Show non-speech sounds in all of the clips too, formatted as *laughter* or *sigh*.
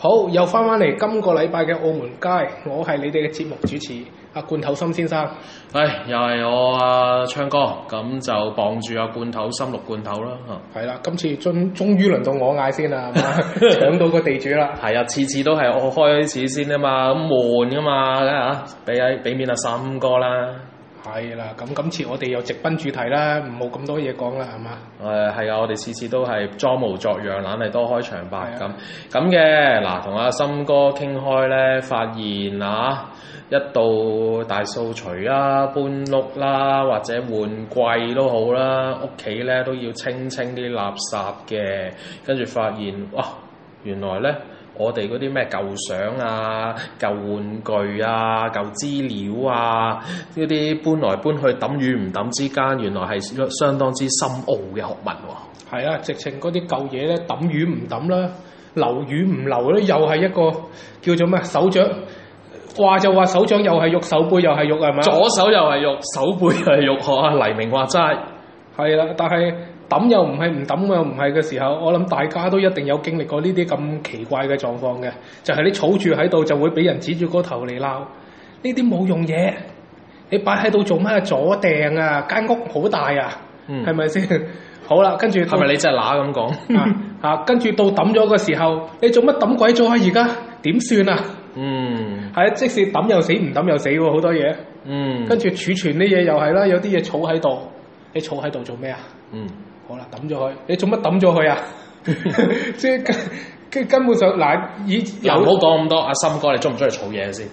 好，又翻返嚟今個禮拜嘅澳門街，我係你哋嘅節目主持阿罐頭心先生。唉，又係我啊，昌哥，咁就傍住阿罐頭心六罐頭啦啊嚇。係啦，今次終終於輪到我嗌先啦，係嘛搶到個地主啦。係啊，次次都係我開始先啊嘛，咁悶噶嘛，梗係啊，俾啊俾面阿森哥啦。係啦，咁今次我哋又直奔主題啦，唔好咁多嘢講啦，係嘛？誒係啊，我哋次次都係裝模作樣，懶係多開場白係咁啊咁嘅。嗱，同阿森哥傾開咧，發現啊，一到大掃除啦、搬屋啦，或者換季都好啦，屋企咧都要清清啲垃圾嘅。跟住發現哇，原來咧〜我哋嗰啲咩舊相啊、舊玩具啊、舊資料啊，呢啲搬來搬去抌與唔抌之間，原來係相當之深奧嘅學問喎、係啦，直情嗰啲舊嘢咧抌魚唔抌啦，留魚唔留咧，又係一個叫做咩啊手掌。話就話手掌又係肉，手背又係肉，係嘛？左手又係肉，手背又係肉，學啊黎明 *laughs* 話齋，係啦，但係抌又唔係，唔抌又唔係嘅時候，我諗大家都一定有經歷過呢啲咁奇怪嘅狀況嘅，就係、你儲住喺度就會俾人指住個頭嚟鬧，呢啲冇用嘢，你擺喺度做咩阻掟啊？間屋好大啊，嗯係咪先？好啦，跟住到係咪你嗯真係乸咁講？啊啊，跟住到抌咗嘅時候，你做乜抌鬼咗啊？而家點算啊？嗯係啊，即使抌又死，唔抌又死喎，好多嘢。嗯，跟住儲存啲嘢又係啦，有啲嘢儲喺度，你儲喺度做咩啊？嗯好啦，抌咗佢。你做乜抌咗佢啊？ *laughs* 即係根根根本上嗱，以嗱，唔好講咁多，阿森哥你中唔中意儲 *laughs* 嘢先？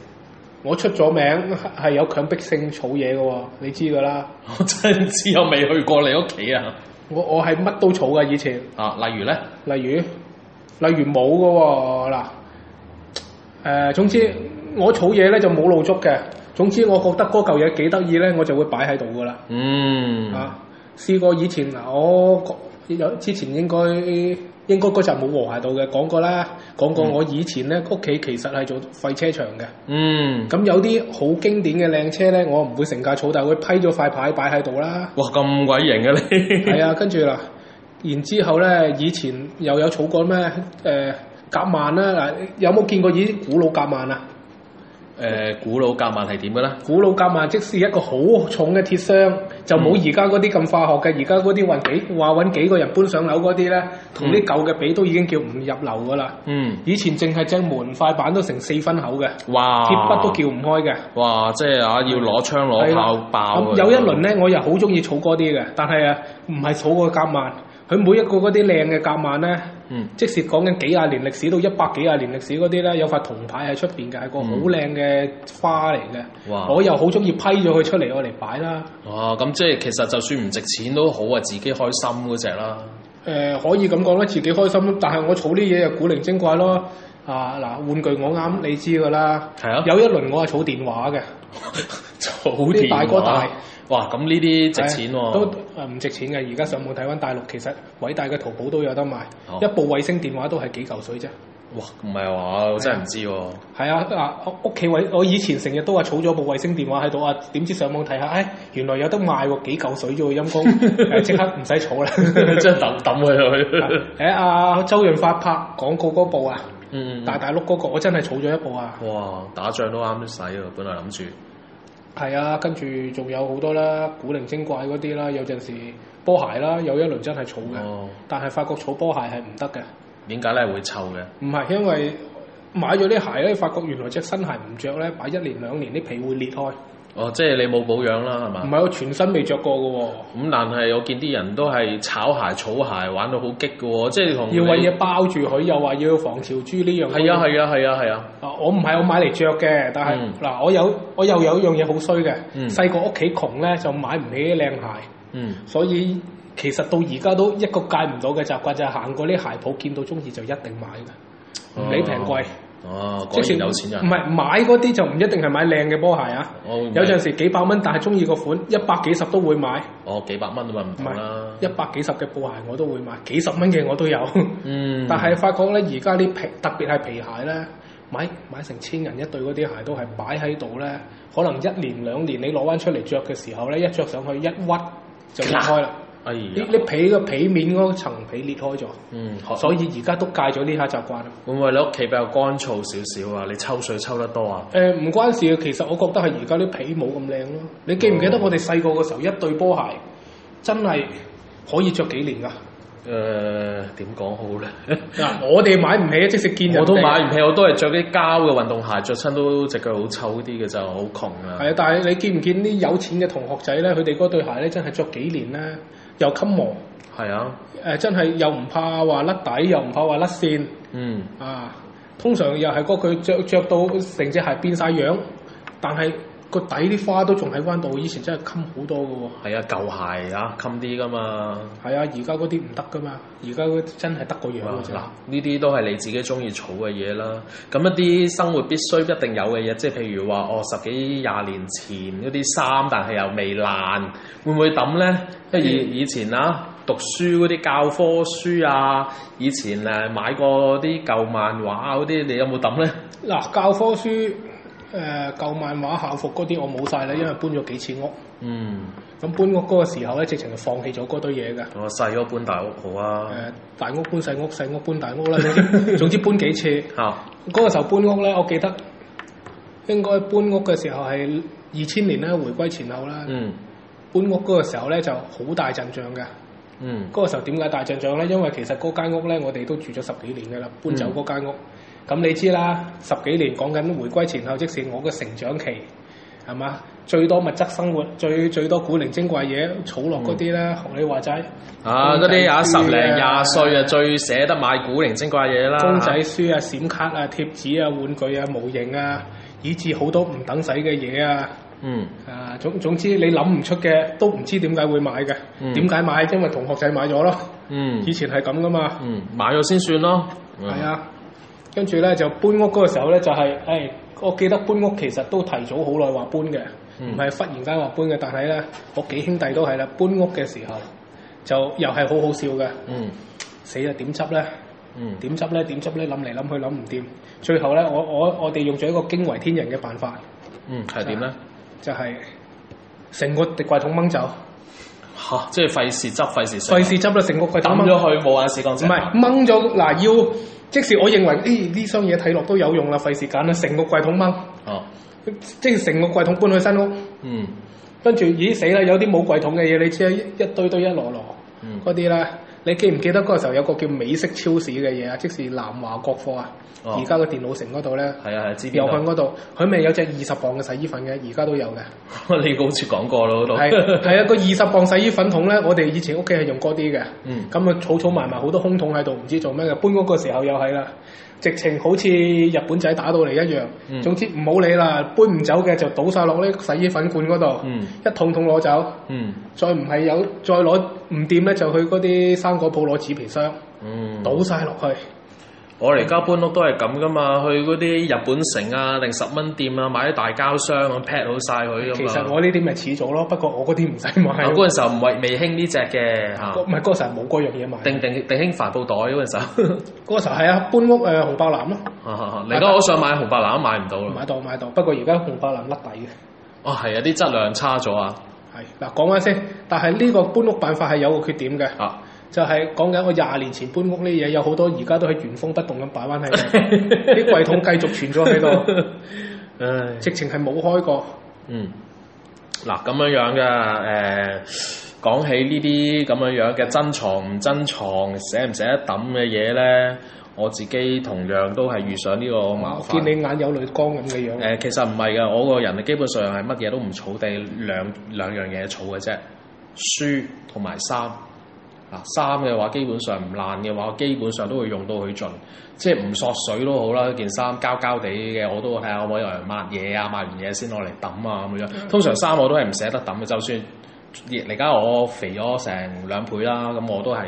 我出咗名係有強迫性儲嘢嘅喎，你知㗎啦。我真係唔知，我未去過你屋企啊！我我係乜都儲㗎以前，啊，例如咧，例如例如冇嘅喎嗱，誒、總之我儲嘢咧就冇露足嘅。總之我覺得嗰嚿嘢幾得意咧，我就會擺喺度㗎啦。嗯，啊，試過以前嗱，我有之前應該應該嗰集冇和諧到嘅講過啦，講過我以前咧屋企其實係做廢車場嘅，嗯，咁有啲好經典嘅靚車咧，我唔會成架儲，但係會批咗塊牌擺喺度 *laughs*，啦哇，咁鬼型嘅 *laughs* 你，係啊，跟住嗱，然之後咧以前又有儲過咩誒、夾萬啦，嗱有冇見過以古老夾萬啊？誒、古老夾萬係點嘅咧？古老夾萬即是一個好重嘅鐵箱，就嗯冇而家嗰啲咁化學嘅。而家嗰啲運幾話揾幾個人搬上樓嗰啲咧，同啲舊嘅比都已經叫唔入流噶啦。嗯，以前淨係隻門塊板都成四分厚嘅，哇，鐵筆都撬唔開嘅。哇，即係啊，要攞槍攞係啦炮爆啊咁有一輪咧，我又好中意儲嗰啲嘅，但係啊，唔係儲個夾萬，佢每一個嗰啲靚嘅夾萬咧，嗯即使講緊幾廿年歷史到一百幾廿年歷史嗰啲咧，有塊銅牌喺出邊嘅，係個好靚嘅花嚟嘅。嗯哇我又好中意批咗佢出嚟，我嚟擺啦。哇，咁即係其實就算唔值錢都好啊，自己開心嗰只啦。 *laughs* 誒、可以咁講啦，自己開心，但係我儲啲嘢又古靈精怪咯。啊嗱，玩具我啱你知㗎啦。係啊有一輪我係儲電話嘅，好啊啲大哥大。哇，咁呢啲值錢喎、係啊都誒唔值錢嘅。而家上網睇翻大陸，其實偉大嘅淘寶都有得賣，哦一部衛星電話都係幾嚿水啫。哇，唔係話，我真係唔知喎、 *laughs* 係啊，啊屋屋企衛，我以前成日都話儲咗部衛星電話喺度啊，點知上網睇下，唉、原來有得賣喎，幾嚿水啫喎，陰 *laughs* 公，誒即刻唔使儲啦。真係抌抌佢佢。 *laughs* 誒阿、周潤發拍廣告嗰部啊，嗯，大大碌嗰、個，我真係儲咗一部啊。哇，打仗都啱得使喎，本來諗住。係啊，跟住仲有好多啦，古靈精怪嗰啲啦，有陣時波鞋啦，有一輪真係儲嘅，哦，但係發覺儲波鞋係唔得嘅，點解咧會臭嘅？唔係因為買咗啲鞋咧，發覺原來隻新鞋唔着咧，擺一年兩年啲皮會裂開，唔哦，即係你冇保養啦，係嘛？係我全身未着過嘅喎、咁但係我見啲人都係炒鞋、草鞋玩到好激嘅喎，即係同要你揾嘢包住佢，又話要防潮珠呢樣。係啊係啊係啊係啊，啊！我唔係我買嚟着嘅，但係嗯嗱、我有我又有一樣嘢好衰嘅，嗯細個屋企窮咧就買唔起啲靚鞋。嗯，所以其實到而家都一個戒唔到嘅習慣，就係行過啲鞋鋪，見到中意就一定買嘅，唔理平貴。哦，果然有錢唔人，嗯係買嗰啲就唔一定係買靚嘅波鞋啊，我會買有陣時幾百蚊，但係中意個款一百幾十都會買，哦幾百蚊啊嘛唔唔同啦係，一百幾十嘅布鞋我都會買，幾十蚊嘅我都有。嗯，但係發覺咧，而家啲皮特別係皮鞋咧，買買成千銀一對嗰啲鞋都係擺喺度咧，可能一年兩年你攞翻出嚟着嘅時候咧，一着上去一屈就裂開啦。哎你呀，你被個被面嗰層被裂開咗，嗯，所以而家都戒咗呢下習慣啦。會唔會你屋企比較乾燥少少啊？你抽水抽得多啊？誒、唔關事嘅，其實我覺得係而家啲被冇咁靚咯。你記唔記得我哋細個嘅時候一對波鞋真係可以着幾年㗎？誒、呃點講好 *laughs* 咧？ *laughs* 嗱，我哋買唔起，即使見人哋我都買唔起，我都係着啲膠嘅運動鞋，着親都隻腳好臭啲嘅就好窮啊！係啊，但係你見唔見啲有錢嘅同學仔咧？佢哋嗰對鞋咧，真係着幾年咧，又襟磨，誒、係啊，真係又唔怕話甩底，又唔怕話甩線嗯，啊！通常又係嗰佢着着到成隻鞋變晒樣，但係個底啲花都仲喺翻度，以前真係襟好多嘅喎。係啊，舊鞋啊，襟啲噶嘛。係啊，而家嗰啲唔得噶嘛，而家嗰啲真係得個樣嘅啫。嗱，呢啲都係你自己中意儲嘅嘢啦。咁一啲生活必須一定有嘅嘢，即係譬如話，哦，十幾廿年前嗰啲衫，但係又未爛，會唔會抌呢？因嗯為以以前啊，讀書嗰啲教科書啊，以前誒買過啲舊漫畫嗰啲，你有冇抌呢？嗱，教科書誒、呃、舊漫畫校服嗰啲我冇晒啦，因為搬咗幾次屋。嗯，咁搬屋嗰個時候咧，直情就放棄咗嗰堆嘢㗎。我細嗰搬大屋好誒、啊。大屋搬細屋，細屋搬大屋啦，總之 *laughs* 總之搬幾次。嚇、嗰、個時候搬屋咧，我記得應該搬屋嘅時候係二千年啦，回歸前後啦。嗯搬屋嗰個時候咧就好大陣仗嘅。嗯嗰個時候點解大陣仗咧？因為其實嗰間屋咧，我哋都住咗十幾年㗎啦，搬走嗰間屋。咁、你知啦，十幾年講緊回歸前後，即是我嘅成長期，係嘛？最多物質生活，最最多古靈精怪嘢，儲落嗰啲咧，學你話齋，啊，嗰啲啊十零廿歲啊，最捨得買古靈精怪嘢啦。公仔書啊、閃卡啊、貼紙啊、玩具啊、模型啊，以至好多唔等使嘅嘢啊。嗯啊，總總之你諗唔出嘅，都唔知點解會買嘅，嗯點解、買？因為同學仔買咗咯，嗯以前係咁噶嘛。嗯，買咗先算咯。嗯係啊，跟住咧就搬屋嗰個時候咧就係、誒、我記得搬屋其實都提早好耐話搬嘅，嗯唔係、忽然間話搬嘅，但係咧我幾兄弟都係啦，搬屋嘅時候就又係好好笑嘅，嗯死啦點執咧？嗯點執咧？點執咧？諗嚟諗去諗唔掂，最後咧我我我哋用咗一個驚為天人嘅辦法，嗯，係點咧？就係、成個櫃桶掹走，嚇，即係費事執，費事食，啊費事執啦，成個櫃桶抌掹咗佢冇眼屎講唔係掹咗嗱，要即使我認為誒呢箱嘢睇落都有用啦，費事揀啦，成個櫃桶掹，哦，即係成個櫃桶搬去新屋，嗯跟住咦死啦，有啲冇櫃桶嘅嘢，你知啦啊一一堆堆一摞摞嗯嗰啲啦。你記唔記得嗰個時候有個叫美式超市嘅嘢啊？即是南華國貨啊，哦而家個電腦城嗰度咧，係啊係啊，知右邊向度？嗰度，佢咪有隻二十磅嘅洗衣粉嘅，而家都有嘅。 *laughs* 你好似講過啦嗰度。係係啊，個二十磅洗衣粉桶咧，我哋以前屋企係用嗰啲嘅。嗯咁啊，儲儲埋埋好多空桶喺度，唔知做咩嘅。搬屋嗰時候又係啦，直情好似日本仔打到嚟一樣。嗯總之唔好理啦，搬唔走嘅就倒晒落呢個洗衣粉罐嗰度，嗯一桶桶攞走。 *laughs* 嗯再唔係有再攞唔掂咧，就去嗰啲生果鋪攞紙皮箱嗯，倒晒落去。我而家搬屋都係咁噶嘛，去嗰啲日本城啊，定十蚊店啊，買啲大膠箱咁 pack 好晒佢咁其實我呢啲咪似咗咯，不過我嗰啲唔使買。啊嗰陣時候唔係未興呢只嘅嚇，唔係嗰個時候冇嗰樣嘢買。定定定興帆布袋嗰陣時 *laughs* 候，啊嗰個時候係啊，搬屋誒、呃、紅白藍咯，你而家我想買紅白藍都買唔到啦。買到買到。不過而家紅白藍甩底嘅。哦，係啊，啲質量差咗啊！係嗱，講翻先，但係呢個搬屋辦法係有個缺點嘅，啊，就係講緊我廿年前搬屋呢嘢，有好多而家都係原封不動咁擺翻 *laughs* 喺度，啲櫃桶繼續存咗喺度，唉，直情係冇開過。嗯，嗱咁樣樣嘅誒。講起呢啲咁樣樣嘅珍藏唔珍藏、捨唔捨得抌嘅嘢咧，我自己同樣都係遇上呢個麻我煩。見你眼有淚光咁嘅誒、樣，其實唔係嘅，我個人基本上係乜嘢都唔儲地，兩兩樣嘢儲嘅啫，書同埋衫。嗱，衫嘅話基本上唔爛嘅話，基本上都會用到佢盡，即係唔索水都好啦。件衫膠膠地嘅，我都會睇下可唔可以有人抹嘢啊，抹完嘢先攞嚟抌啊咁嗯樣。通常衫我都係唔捨得抌嘅，就算而家我肥咗成兩倍啦，咁我都係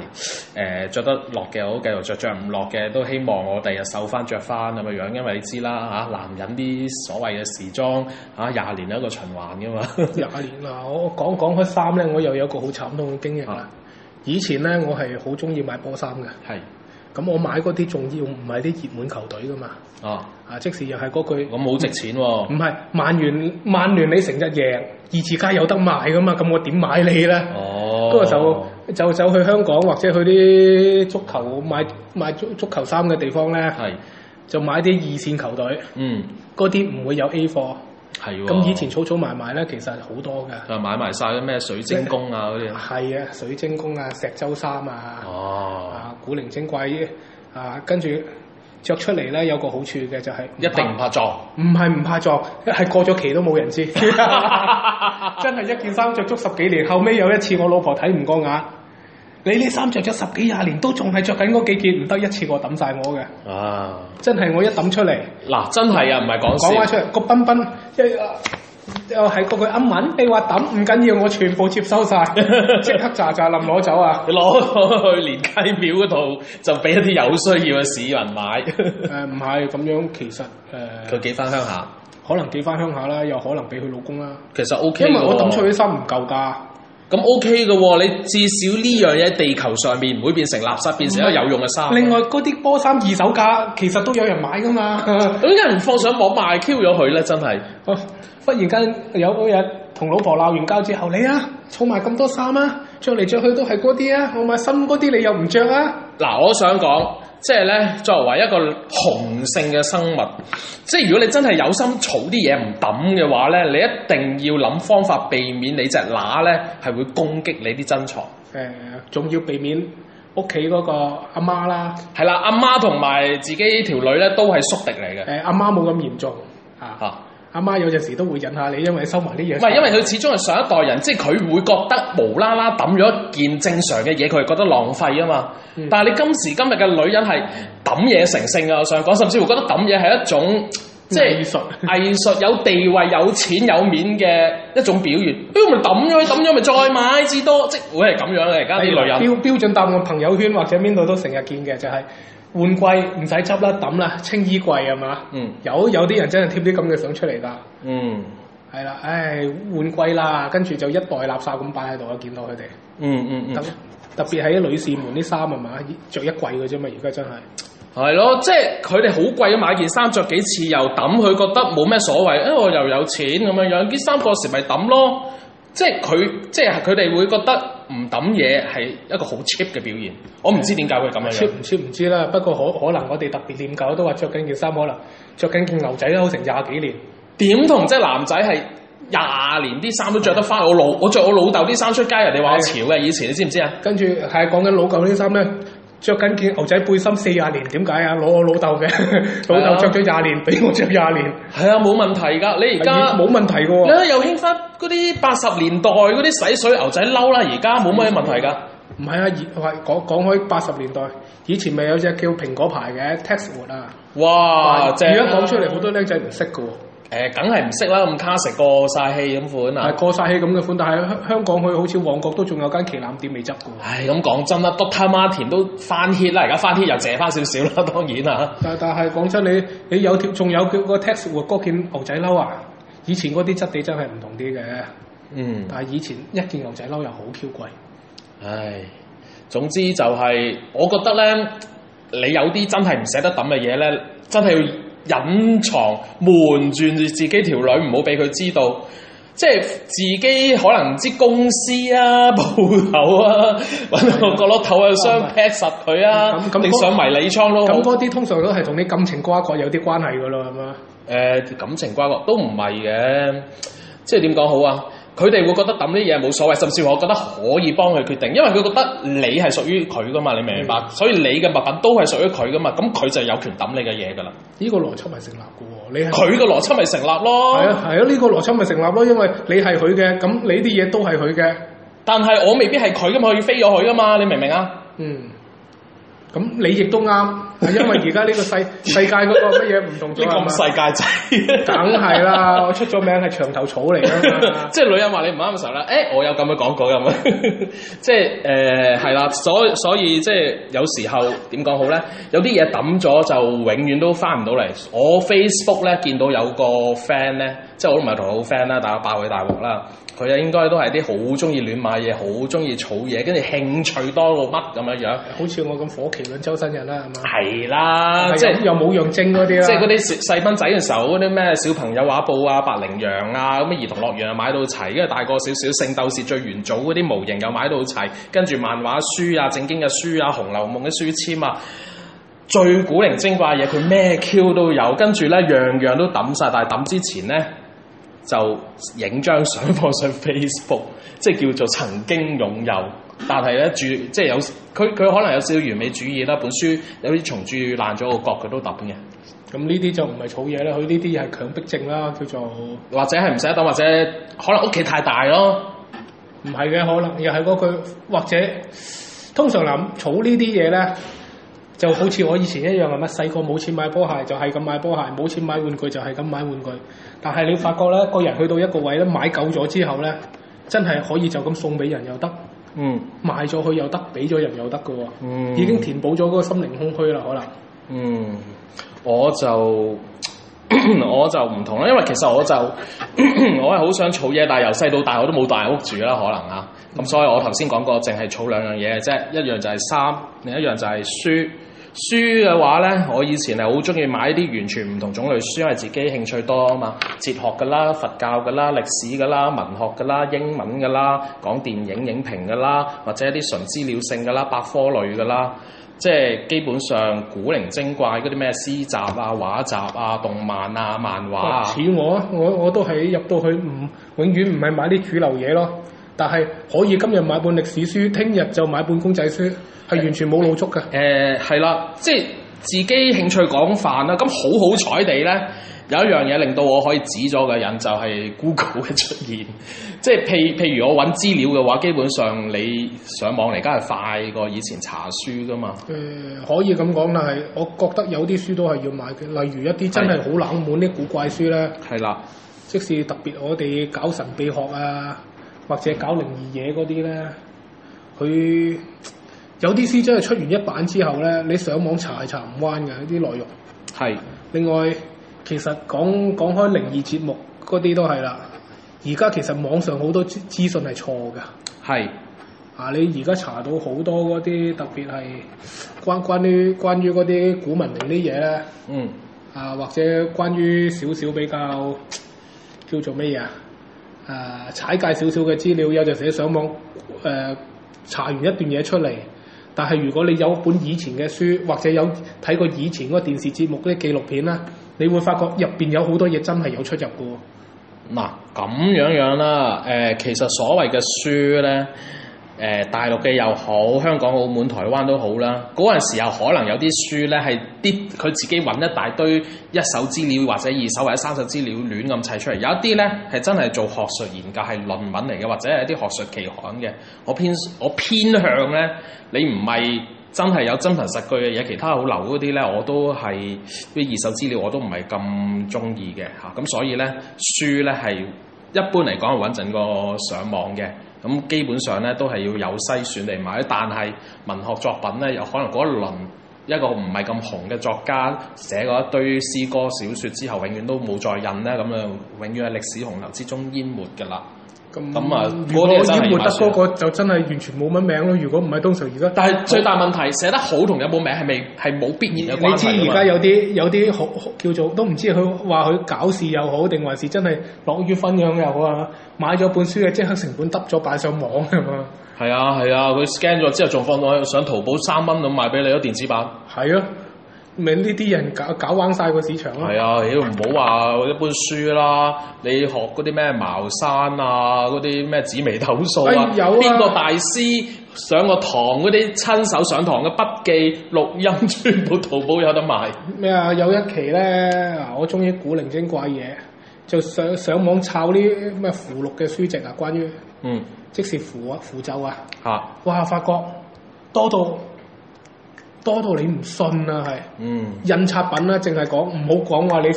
誒著得落嘅，我都繼續着；着唔落嘅都希望我第日瘦翻着翻咁嘅樣，因為你知啦嚇、啊男人啲所謂嘅時裝嚇廿、年一個循環 *laughs* 噶嘛。廿年啦。我講講開衫咧，我又有個好慘痛嘅經歷啦啊。以前咧，我係好中意買波衫嘅，係咁我買嗰啲仲要唔係啲熱門球隊噶嘛，啊，啊，即使又係嗰句。咁好值錢喎、唔係曼聯，曼聯你成日贏，二次街有得賣噶嘛，咁我點買你咧？嗯哦，嗰個時候就走去香港或者去啲足球買買足足球衫嘅地方咧，係，就買啲二線球隊，嗯，嗰啲唔會有 A 貨。係喎。啊咁以前草草埋埋咧，其實好多㗎。佢買埋晒啲咩水晶宮啊嗰 *laughs* 啲啊。係啊，水晶宮啊、石洲衫啊。哦，啊古靈精怪啲啊，跟住着出嚟咧有個好處嘅就係唔一定怕唔怕撞。唔係唔怕撞，係過咗期都冇人知， *laughs* 真係一件衫着足十幾年，後尾有一次我老婆睇唔過眼，你呢衫着咗十幾廿年都仲係着緊嗰幾件，唔得一次過抌晒我嘅，啊！真係我一抌出嚟，嗱，真係啊，唔係講講翻笑。出嚟個賓賓一。啊又係嗰句阿文，你話抌唔緊要，我全部接收晒，即刻喳喳冧攞走 *laughs* 啊！你攞到去連雞廟嗰度，就俾一啲有需要嘅市民買。 *laughs* 誒唔係咁樣，其實誒。佢寄翻鄉下，可能寄翻鄉下啦，又可能俾佢老公啦。其實 O K 因為我抌出去去，啲衫唔夠㗎，咁 O K 嘅喎，你至少呢樣嘢喺地球上面唔會變成垃圾，變成一個有用嘅衫。嗯另外嗰啲波衫二手價其實都有人買㗎嘛。 *laughs* 咁有人放上網賣 Q 咗佢咧，真係我忽然間有嗰日同老婆鬧完交之後，你啊，儲埋咁多衫啊，着嚟着去都係嗰啲啊，我買新嗰啲你又唔着啊，嗱，我想講，即係咧，作為一個雄性嘅生物，即係如果你真係有心儲啲嘢唔抌嘅話咧，你一定要諗方法避免你隻乸咧係會攻擊你啲珍藏。誒、仲要避免屋企嗰個阿媽啦，係啦，阿媽同埋自己條女咧都係宿敵嚟嘅誒阿媽冇咁嚴重啊，嚇。阿媽有陣時都會引下你，因為收埋啲嘢。唔係，因為佢始終係上一代人，即係佢會覺得無啦啦抌咗一件正常嘅嘢，佢係覺得浪費啊嘛。嗯但係你今時今日嘅女人係抌嘢成性啊，我想講，甚至乎覺得抌嘢係一種即係嗯藝術藝術有地位、有錢、有面嘅一種表現。咁咪抌咗佢，抌咗咪再買至多，即係會係咁樣嘅。而家啲女人哎標標準答案，朋友圈或者邊度都成日見嘅就係、換季唔使執啦，抌啦，清衣櫃係啊嘛？嗯有有啲人真係貼啲咁嘅相出嚟㗎，嗯係啦，唉換季啦，跟住就一袋垃圾咁擺喺度啊，見到佢哋。嗯嗯嗯特。特別係啲女士們啲衫係嘛，着一季嘅啫嘛，而家真係。係啊咯，即係佢哋好貴買件衫，着幾次又抌，佢覺得冇咩所謂，因、哎我又有錢咁樣樣，件衫嗰時咪抌咯。即係佢，即係佢哋會覺得唔抌嘢係一個好 cheap 嘅表現。我唔知點解會咁樣切樣。唔切唔知啦，不過可可能我哋特別念舊都話着緊件衫，可能着緊件牛仔都好成廿幾年。點同即係男仔係廿年啲衫都着得翻？我老我着我老豆啲衫出街，人哋話我潮嘅。以前你知唔知啊？跟住係講緊老舊啲衫咧，着緊件牛仔背心四廿年，點解啊？攞我老豆嘅， *laughs* 啊老豆着咗廿年，俾我着廿年，係啊，冇問題㗎。你而家冇啊問題嘅你喎。睇又興翻嗰啲八十年代嗰啲洗水牛仔褸啦，而家冇乜問題㗎。唔係啊，以係講講開八十年代，以前咪有隻叫蘋果牌嘅 Texwood 啊。哇！而正啊家講出嚟好多僆仔唔識嘅喎，誒，梗係唔識啦，咁卡食過晒氣咁款啊！係過晒氣咁嘅款，但係香香港佢好似旺角都仲有間旗艦店未執嘅喎。唉，咁講真啦，Doctor Martin 都翻 hit 啦，而家翻 hit 又借翻少少啦， *laughs* 當然啦。但但係講真，你你有條仲有叫個 Texwood 嗰件牛仔褸啊，以前嗰啲質地真係唔同啲嘅，嗯，但係以前一件牛仔褸又好 Q 貴。唉，總之就係、我覺得咧，你有啲真係唔捨得抌嘅嘢咧，真係要隱藏瞞住自己條女，唔好俾佢知道。即係自己可能唔知公司啊、 *laughs* 鋪頭啊，揾個角落頭啊，雙劈實佢啊咁，咁你上迷你倉都好咁。嗰啲通常都係同你感情瓜葛有啲關係噶咯，係嘛？誒、呃感情瓜葛都唔係嘅，即係點講好啊？佢哋會覺得抌啲嘢冇所謂，甚至乎我覺得可以幫佢決定，因為佢覺得你係屬於佢噶嘛，你明唔明白？嗯所以你嘅物品都係屬於佢噶嘛，咁佢就有權抌你嘅嘢噶啦。呢個邏輯係成立嘅喎，你係佢嘅邏輯咪成立嗯咯。係啊係啊，呢個邏輯咪成立咯，因為你係佢嘅，咁你啲嘢都係佢嘅，但係我未必係佢噶嘛，我要飛咗佢噶嘛，你明唔明啊？嗯。咁你亦都啱，係因為而家呢個 *laughs* 世世界嗰個乜嘢唔同你咗係咁嘛世界仔，啊梗係啦，我出咗名係長頭草嚟㗎嘛。 *laughs* 即係女人話你唔啱嘅時候咧，誒、我有咁嘅講過咁樣， *laughs* 即係誒係啦，所所以即係有時候點講好咧？有啲嘢抌咗就永遠都翻唔到嚟。我 Facebook 咧見到有個 friend 咧，即係我都唔係同佢好 friend 啦，但係我爆佢大鑊啦。佢啊應該都係啲好中意亂買嘢、好中意儲嘢，跟住興趣多過乜咁樣樣。好似我咁火麒麟周身人啦，係嘛？係啦，係啊即係又又冇樣精嗰啲啦，即係嗰啲小細蚊仔嘅時候，嗰啲咩小朋友畫報啊、白羚羊啊，咁啊兒童樂園啊買到齊，跟住大個少少聖鬥士最元祖嗰啲模型又買到齊，跟住漫畫書啊、正經嘅書啊、紅樓夢嘅書籤啊，最古靈精怪嘅嘢佢咩 Q 都有，跟住咧樣樣都抌晒，但係抌之前咧就影張相放上 *laughs* Facebook，即係叫做曾經擁有。但係咧，注即係有佢佢可能有少少完美主義啦，本書有啲蟲蛀爛咗個角佢都抌嘅。咁呢啲就唔係草嘢啦，佢呢啲係強迫症啦，叫做唔或者係唔捨得抌，或者可能屋企太大咯。係嘅，可能又係嗰句，或者通常諗草呢啲嘢咧，就好似我以前一樣係乜細個冇錢買波鞋就係咁買波鞋，冇錢買玩具就係咁買玩具。但係你發覺咧，個人去到一個位咧，買夠咗之後咧，真係可以就咁送俾人又得，嗯賣咗佢又得，俾咗人又得嘅喎，嗯已經填補咗嗰個心靈空虛啦，可能。嗯，我就 *coughs* 我就唔同啦，因為其實我就 *coughs* 我係好想儲嘢，但係由細到大我都冇大屋住啦，可能啊。咁所以我頭先講過，淨係儲兩樣嘢嘅啫，一樣就係衫，另一樣就係書。書嘅話呢，我以前係好中意買啲完全唔同種類書，因為自己興趣多啊嘛，哲學噶啦、佛教噶啦、歷史噶啦、文學噶啦、英文噶啦、講電影影評噶啦，或者一啲純資料性噶啦、百科類噶啦，即係基本上古靈精怪嗰啲咩詩集啊、畫集啊、動漫啊、漫畫啊，似我啊，我我都係入到去唔永遠唔係買啲主流嘢咯，但係可以今日買本歷史書，聽日就買本公仔書，係完全冇腦足嘅。誒係啦，即係自己興趣廣泛啦。咁好好彩地咧，有一樣嘢令到我可以指咗嘅人就係 Google 嘅出現。 *laughs* 即係譬譬如我揾資料嘅話，基本上你上網嚟，而家係快過以前查書噶嘛。誒、可以咁講，但係我覺得有啲書都係要買嘅，例如一啲真係好冷門啲古怪書咧，係啦，即使特別我哋搞神秘學啊，或者搞靈異嘢嗰啲咧，佢有啲書真係出完一版之後咧，你上網查係查唔彎嘅啲內容。係另外，其實講講開靈異節目嗰啲都係啦。而家其實網上好多資資訊係錯㗎。係啊！你而家查到好多嗰啲特別係關關於關於嗰啲古文明啲嘢咧，嗯啊或者關於少少比較叫做咩嘢啊？誒啊踩界少少嘅資料，有陣時上網誒、呃查完一段嘢出嚟，但係如果你有本以前嘅書，或者有睇過以前嗰個電視節目嗰啲紀錄片啦，你會發覺入邊有好多嘢真係有出入嘅喎。嗱咁樣樣啦。誒、其實所謂嘅書咧。誒、大陸嘅又好，香港、澳門、台灣都好啦。嗰陣時候可能有啲書呢，係啲佢自己揾一大堆一手資料或者二手或者三手資料亂咁砌出嚟。有一啲呢，係真係做學術研究係論文嚟嘅，或者係一啲學術期刊嘅。我偏我偏向呢，你唔係真係有真憑實據嘅嘢，其他好流嗰啲呢，我都係啲二手資料我都唔係咁中意嘅嚇。咁、所以呢，書呢係。一般嚟講係穩陣過上網嘅，咁基本上咧都係要有篩選嚟買，但係文學作品咧，有可能嗰一輪一個唔係咁紅嘅作家寫過一堆詩歌小説之後，永遠都冇再印咧，咁啊永遠喺歷史洪流之中淹沒㗎啦。咁咁啊如果嗰啲真係淹沒得要買嗰書個就真係完全冇乜名咯。如果唔係，通常而家但係最大問題寫得好同有冇名係未係冇必然嘅你關知係㗎而嘛家有啲有啲好好叫做都唔知佢話佢搞事又好，定還是真係樂於分享又好啊？買咗本書嘅即刻成本揼咗擺上網啊嘛，係啊係啊，佢 scan 咗之後仲放到上淘寶三蚊咁賣俾你咯電子版。係啊，咪呢啲人搞搞彎晒個市場咯。係啊，妖唔好話一本書啦，你學嗰啲咩茅山啊，嗰啲咩紫微斗數哎啊，有啊邊個大師上個堂嗰啲親手上堂嘅筆記錄音，全部淘寶有得賣。咩啊？有一期咧，嗱我中意古靈精怪嘢，就上上網抄啲咩符錄嘅書籍啊，關於嗯，即是符啊符咒啊，嚇、哇！發覺多到多到你唔信啊，係。嗯，印刷品啦，淨係講唔好講話你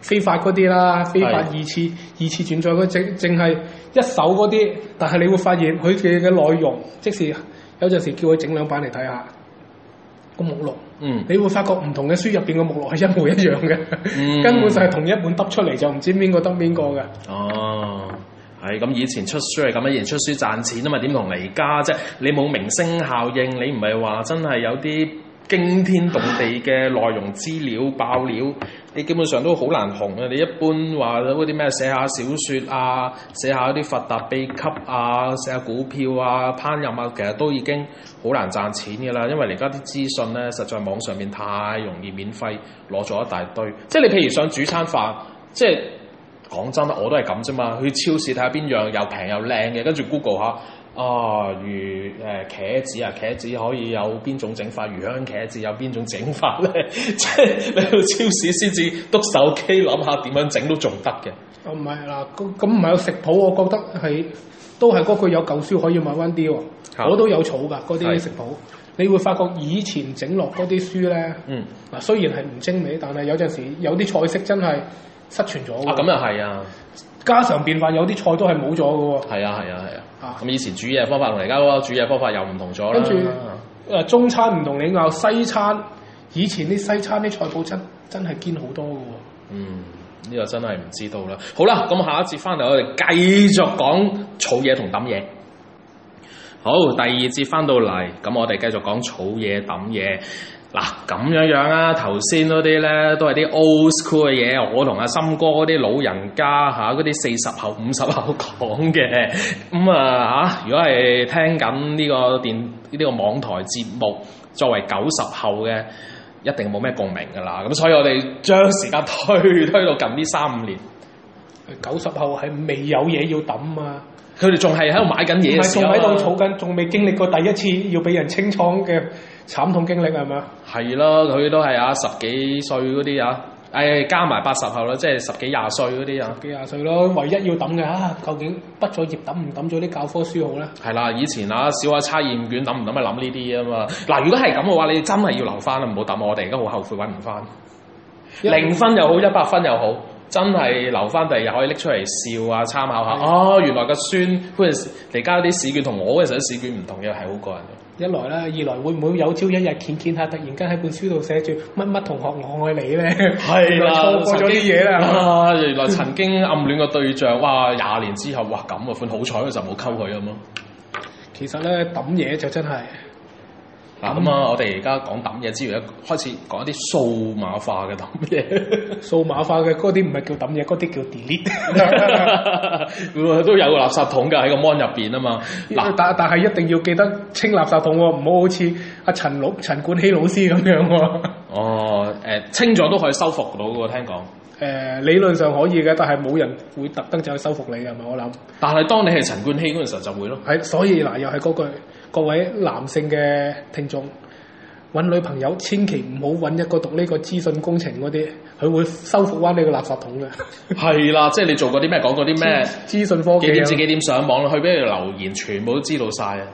非法嗰啲啦，非法係二次二次轉載嗰淨淨係一手嗰啲，但係你會發現佢嘅嘅內容，即使有陣時叫佢整兩版嚟睇下個目錄，嗯，你會發覺唔同嘅書入邊嘅目錄係一模一樣嘅，嗯根本就係同一本揼出嚟就唔知邊個得邊個嘅。哦，係係咁以前出書係咁啊，以前出書賺錢啊嘛，點同而家啫？你冇明星效應，你唔係話真係有啲驚天動地嘅內容資料爆料，你基本上都好難紅啊！你一般話嗰啲咩寫下小説啊，寫下啲發達秘笈啊，寫下股票啊、烹飪啊，其實都已經好難賺錢嘅啦，因為而家啲資訊咧，實在網上面太容易免費攞咗一大堆，即係你譬如想煮餐飯，即係。講真啦，我都係咁啫嘛。去超市睇下邊樣又平又靚嘅，跟住 Google 下啊，魚誒、呃茄子啊，茄子可以有邊種整法？魚香茄子有邊種整法咧？ *laughs* 即係你去超市先至篤手機諗下點樣整都仲得嘅。哦，唔係嗱，咁咁唔係有食譜，我覺得係都係嗰句有舊書可以買翻啲嚇喎。我都有儲㗎嗰係啲食譜，你會發覺以前整落嗰啲書咧，嗯，嗱雖然係唔精美，但係有陣時有啲菜式真係失傳咗啊咁喎。又係啊，家常便飯有啲菜都係冇咗嘅喎。係啊係啊係啊。咁、啊以前煮嘢方法同而家嗰個煮嘢方法又唔同咗啦。跟住誒中餐唔同你拗，西餐以前啲西餐啲菜譜真真係堅好多嘅喎。嗯，呢、個真係唔知道啦。好啦，咁下一節翻嚟，我哋繼續講儲嘢同抌嘢。好，第二節翻到嚟，咁我哋繼續講儲嘢抌嘢。嗱咁樣樣啊，頭先嗰啲咧都係啲 old school 嘅嘢，我同阿森哥嗰啲老人家嚇，嗰啲四十後、五十後 *laughs* 講嘅。咁啊嚇，如果係聽緊呢個電呢、個網台節目，作為九十後嘅。一定冇咩共鳴㗎啦，咁所以我哋將時間推推到近呢三五年，九十後係未有嘢要抌啊！佢哋仲係喺度買緊嘢唔係嘅時仲候啊喺度儲緊，仲未經歷過第一次要俾人清倉嘅慘痛經歷係嘛？係咯，佢都係啊十幾歲嗰啲啊，誒、加埋八十後啦，即係十幾廿歲嗰啲啊，幾廿歲咯，唯一要抌嘅啊，究竟畢咗業抌唔抌咗啲教科書好咧？係啦，以前啊小下差驗卷諗唔諗咪諗呢啲啊嘛，嗱如果係咁嘅話，你真係要留翻啦，唔好抌我哋，而家好後悔揾唔翻，零分又好，一百分又好。真係留翻第二日可以拎出嚟笑啊，參考下。哦，原來個孫嗰陣時而家啲試卷同我嗰陣時啲試卷唔同嘅，係好過癮嘅。一來啦，二來會唔會有朝一日見見下，突然間喺本書度寫住乜乜同學我愛你咧？係啦，錯過咗啲嘢啦。啊！ *laughs* 原來曾經暗戀個對象，哇！廿年之後，哇咁啊款，好彩佢就冇溝佢咁咯。 *laughs* 其實咧抌嘢就真係嗱咁啊，我哋而家講抌嘢之餘咧，開始講一啲數碼化嘅抌 *laughs* 嘢，數碼化嘅嗰啲唔係叫抌嘢，嗰啲叫 *laughs* delete。都有個垃圾桶㗎喺個 mon 入邊啊嘛。嗱，但但係一定要記得清垃圾桶喎，唔好好似阿陳老陳冠希老師咁樣喎。哦，誒、清咗都可以修復到嘅喎，聽講。誒、理論上可以嘅，但係冇人會特登走去修復你嘅，係咪我諗？但係當你係陳冠希嗰陣時候就會咯。係，所以嗱，又係嗰句，各位男性嘅聽眾，揾女朋友千祈唔好揾一個讀呢個資訊工程嗰啲，佢會修復翻你個垃圾桶嘅。係啦，即係你做過啲咩，講過啲咩，資訊科幾點至技幾啊點上網啦，去俾佢留言，全部都知道晒啊！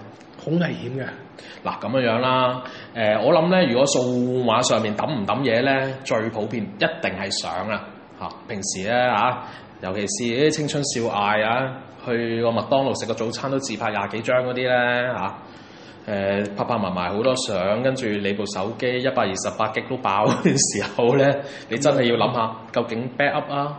好危險嘅，嗱咁樣樣啦，誒、我諗咧，如果數碼上面抌唔抌嘢咧，最普遍一定係相啦嚇。平時咧嚇、啊尤其是啲青春少艾啊，去個麥當勞食個早餐都自拍廿幾張嗰啲咧嚇。啊誒、拍拍埋埋好多相，跟住你部手機一百二十八 G 都爆嘅時候咧，你真係要諗下究竟 backup 啊、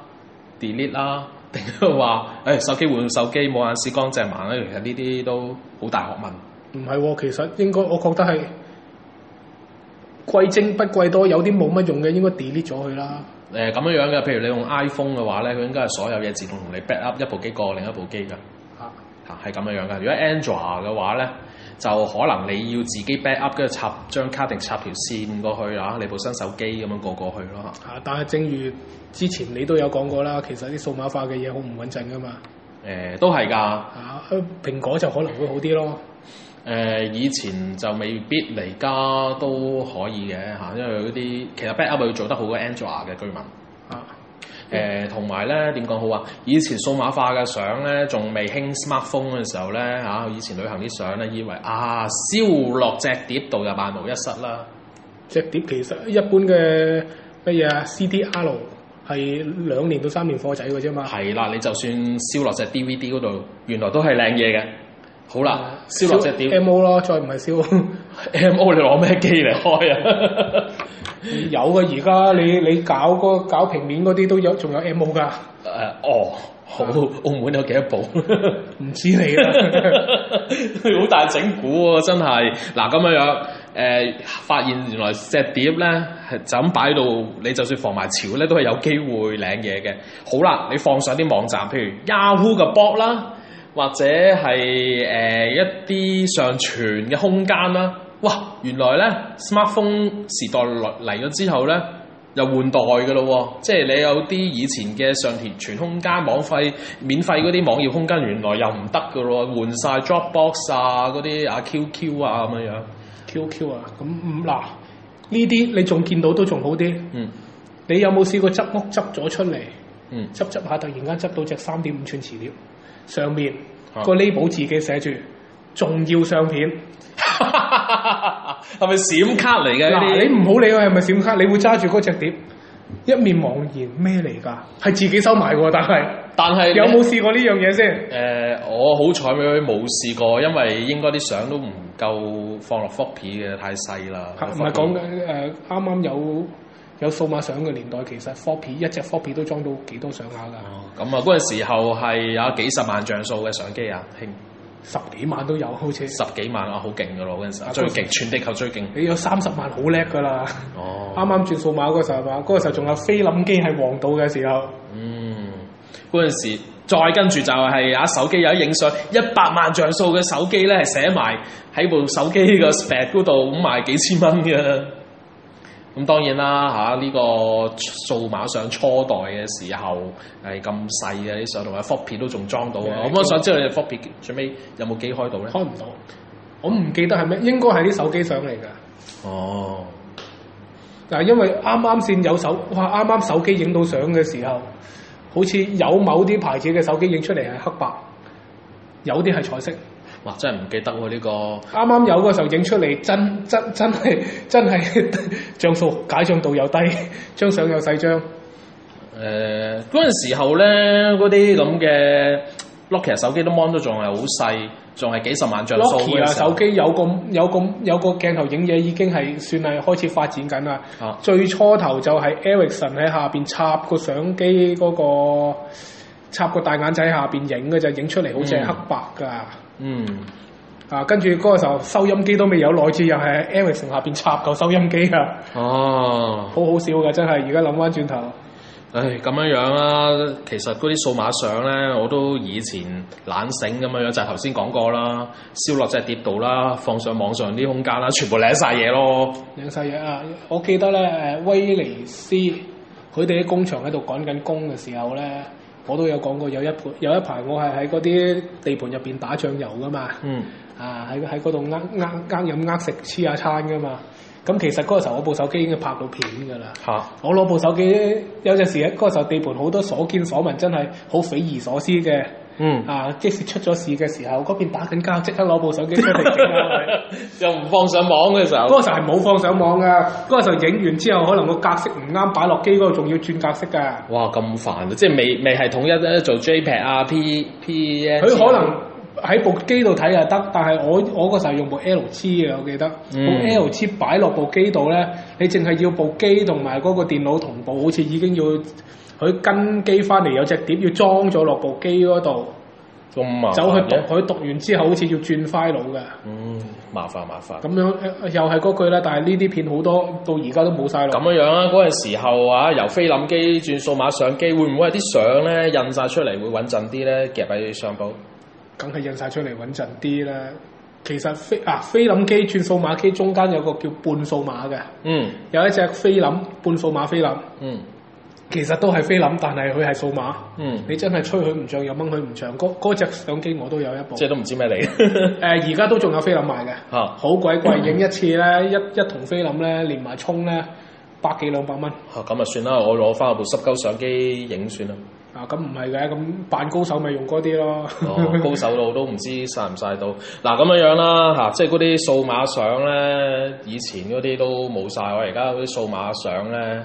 delete 啊，定係話誒手機換手機冇眼屎乾淨盲咧？其實呢啲都好大學問。唔係喎，其實應該我覺得係貴精不貴多，有啲冇乜用嘅應該 delete 咗佢啦。誒咁樣樣嘅，譬如你用 iPhone 嘅話咧，佢應該係所有嘢自動同你 back up 一部機過另一部機㗎，啊嚇係咁樣樣嘅。如果 Android 嘅話咧，就可能你要自己 back up，跟住插張卡定插條線過去啊，你部新手機咁樣過過去咯嚇。啊！但係正如之前你都有講過啦，其實啲數碼化嘅嘢好唔穩陣噶嘛。誒、都係㗎。啊，蘋果就可能會好啲咯。誒、以前就未必嚟家都可以嘅嚇，因為嗰啲其實 back up 要做得好過 Android 嘅居民。啊，誒同埋咧點講好啊？以前數碼化嘅相咧，仲未興 smartphone 嘅時候咧嚇、以前旅行啲相咧，以為啊燒落隻碟度就萬無一失啦。隻碟其實一般嘅乜嘢啊，CDR 係兩年到三年貨仔嘅啫嘛。係啦，你就算燒落隻 DVD 嗰度，原來都係靚嘢嘅。好啦，啊燒落隻碟 MO 咯，再唔係燒 MO，你攞咩機嚟開啊？ *laughs* *laughs* 有嘅。而家你你搞嗰搞平面嗰啲都有，仲有 MO 噶。誒、哦，好，澳門有幾多部？唔知你 *laughs* 啦， *laughs* 好大整蠱喎，真係嗱咁樣樣。誒、發現原來隻碟咧係就咁擺到，你就算防埋潮咧，都係有機會領嘢嘅。好啦，你放上啲網站，譬如 Yahoo 嘅 blog 啦，或者係誒、一啲上傳嘅空間啦。哇！原來咧 smartphone 時代嚟嚟咗之後咧，又換代嘅咯喎，即係你有啲以前嘅上填全空間網費免費嗰啲網頁空間，原來又唔得嘅咯喎，換晒 Dropbox 啊嗰啲啊 QQ 啊咁樣樣， QQ 啊，咁唔嗱呢啲你仲見到都仲好啲。嗯 *laughs* 你有冇試過執屋執咗出嚟，嗯執執下突然間執到隻三點五寸磁碟，上面啊個 label 自己寫住重要相片。係咪閃卡嚟嘅呢嗱，啲？你唔好理佢係咪閃卡，你會揸住嗰隻碟，一面茫然咩嚟㗎？係自己收埋喎，但係但係你有冇試過呢樣嘢先？誒、我好彩冇試過，因為應該啲相都唔夠放落 f o p 嘅，太細啦。唔係講緊誒，啱啱有有數碼相嘅年代，其實 f o p y 一隻 f o p y 都裝到幾多相下㗎？哦咁啊，嗰陣時候係有幾十萬像素嘅相機啊，興十幾萬都有，好似十幾萬啊，好勁噶咯嗰陣時啊候，最勁，全地球最勁。你有三十萬好叻㗎啦！哦，啱啱轉數碼嗰時候係嘛，嗰、個時候仲有菲林機係黃道嘅時候，嗯，嗰陣時再跟住就係啊手機有得影相，一百萬像素嘅手機咧係寫埋喺部手機個 spec 嗰度咁賣幾千蚊嘅。咁當然啦嚇，呢、個數碼相初代嘅時候係咁細嘅啲相，同埋 floppy 都仲裝到啊！嗯咁我想知道你哋 floppy 最尾有冇機開到咧？開唔到。我唔記得係咩，應該係啲手機相嚟㗎。哦，嗱，因為啱啱先有手，哇！啱啱手機影到相嘅時候，好似有某啲牌子嘅手機影出嚟係黑白，有啲係彩色。哇！真係唔記得喎呢、個。啱啱有嗰時候影出嚟，真真真係真係 *laughs* 像素解像度又低，張相又細張。誒嗰陣時候咧，呃嗰啲咁嘅 Nokia 手機都 mon 都仲係好細，仲係幾十萬像素 Nokia 嘅時候啊手機有個有個有個鏡頭影嘢已經係算係開始發展緊啦。啊最初頭就係 Ericsson 喺下邊插個相機嗰、個插個大眼仔下邊影嘅就影出嚟好似係黑白㗎。嗯，啊，跟住嗰個時候收音機都未有，內置又係 Ericsson 下邊插嚿收音機啊，哦，好好笑㗎，真係！而家諗翻轉頭，唉，咁樣樣啦，其實嗰啲數碼相咧，我都以前懶醒咁樣樣，就係頭先講過啦，燒落隻碟度啦，放上網上啲空間啦，全部舐晒嘢咯，兩世嘢啊！我記得咧，誒威尼斯佢哋啲工場喺度趕緊工嘅時候咧，我都有講過，有一盤有一排我係喺嗰啲地盤入邊打醬油㗎嘛，嗯，啊喺喺嗰度呃呃呃飲呃食黐下餐㗎嘛。咁其實嗰個時候我部手機已經拍到片㗎啦。嚇、我攞部手機，有陣時喺嗰個時候地盤好多所見所聞，真係好匪夷所思嘅。嗯，啊，即使出咗事嘅時候，嗰邊打緊交，即刻攞部手機出嚟整啦係 *laughs* 咪 *laughs* 又唔放上網嘅時嗰候，個時候係冇放上網噶，嗰個時候影完之後，可能個格式唔啱，擺落機嗰度仲要轉格式噶。哇，咁煩啊！即係未未係統一咧做 JPEG 啊、P P 佢可能喺部機度睇就得，但係我我嗰時候用部 L 七嘅，我記得嗯部 L 七擺落部機度咧，你淨係要部機同埋嗰個電腦同步，好似已經要佢跟機翻嚟有隻碟要裝咗落部機嗰度，咁麻煩走去讀哦嘅佢讀完之後，好似要轉 file 㗎。嗯，麻煩麻煩。咁樣呃又係嗰句啦，但係呢啲片好多到而家都冇晒咁咯。樣樣啦，嗰陣時候啊，由菲林機轉數碼相機，會唔會係啲相咧印晒出嚟會穩陣啲咧？夾喺相簿，梗係印晒出嚟穩陣啲啦。其實菲啊菲林機轉數碼機中間有個叫半數碼嘅，嗯有一隻菲林半數碼菲林，嗯其實都係菲林，但係佢係數碼。嗯，你真係吹佢唔漲又掹佢唔漲，嗰嗰隻相機我都有一部。即誒係都啊唔知 *laughs* 咩嚟 *laughs* 而家都仲有菲林賣嘅，嚇好鬼貴， *laughs* 影一次咧一一筒菲林咧連埋沖咧百幾兩百蚊。嚇咁啊算啦，我攞翻我部濕鳩相機影算啦。啊咁唔係嘅，咁扮高手咪用嗰啲咯。哦，高手路都唔知晒唔晒到。嗱咁樣樣啦嚇，即係嗰啲數碼相咧，以前嗰啲都冇晒。我而家嗰啲數碼相咧，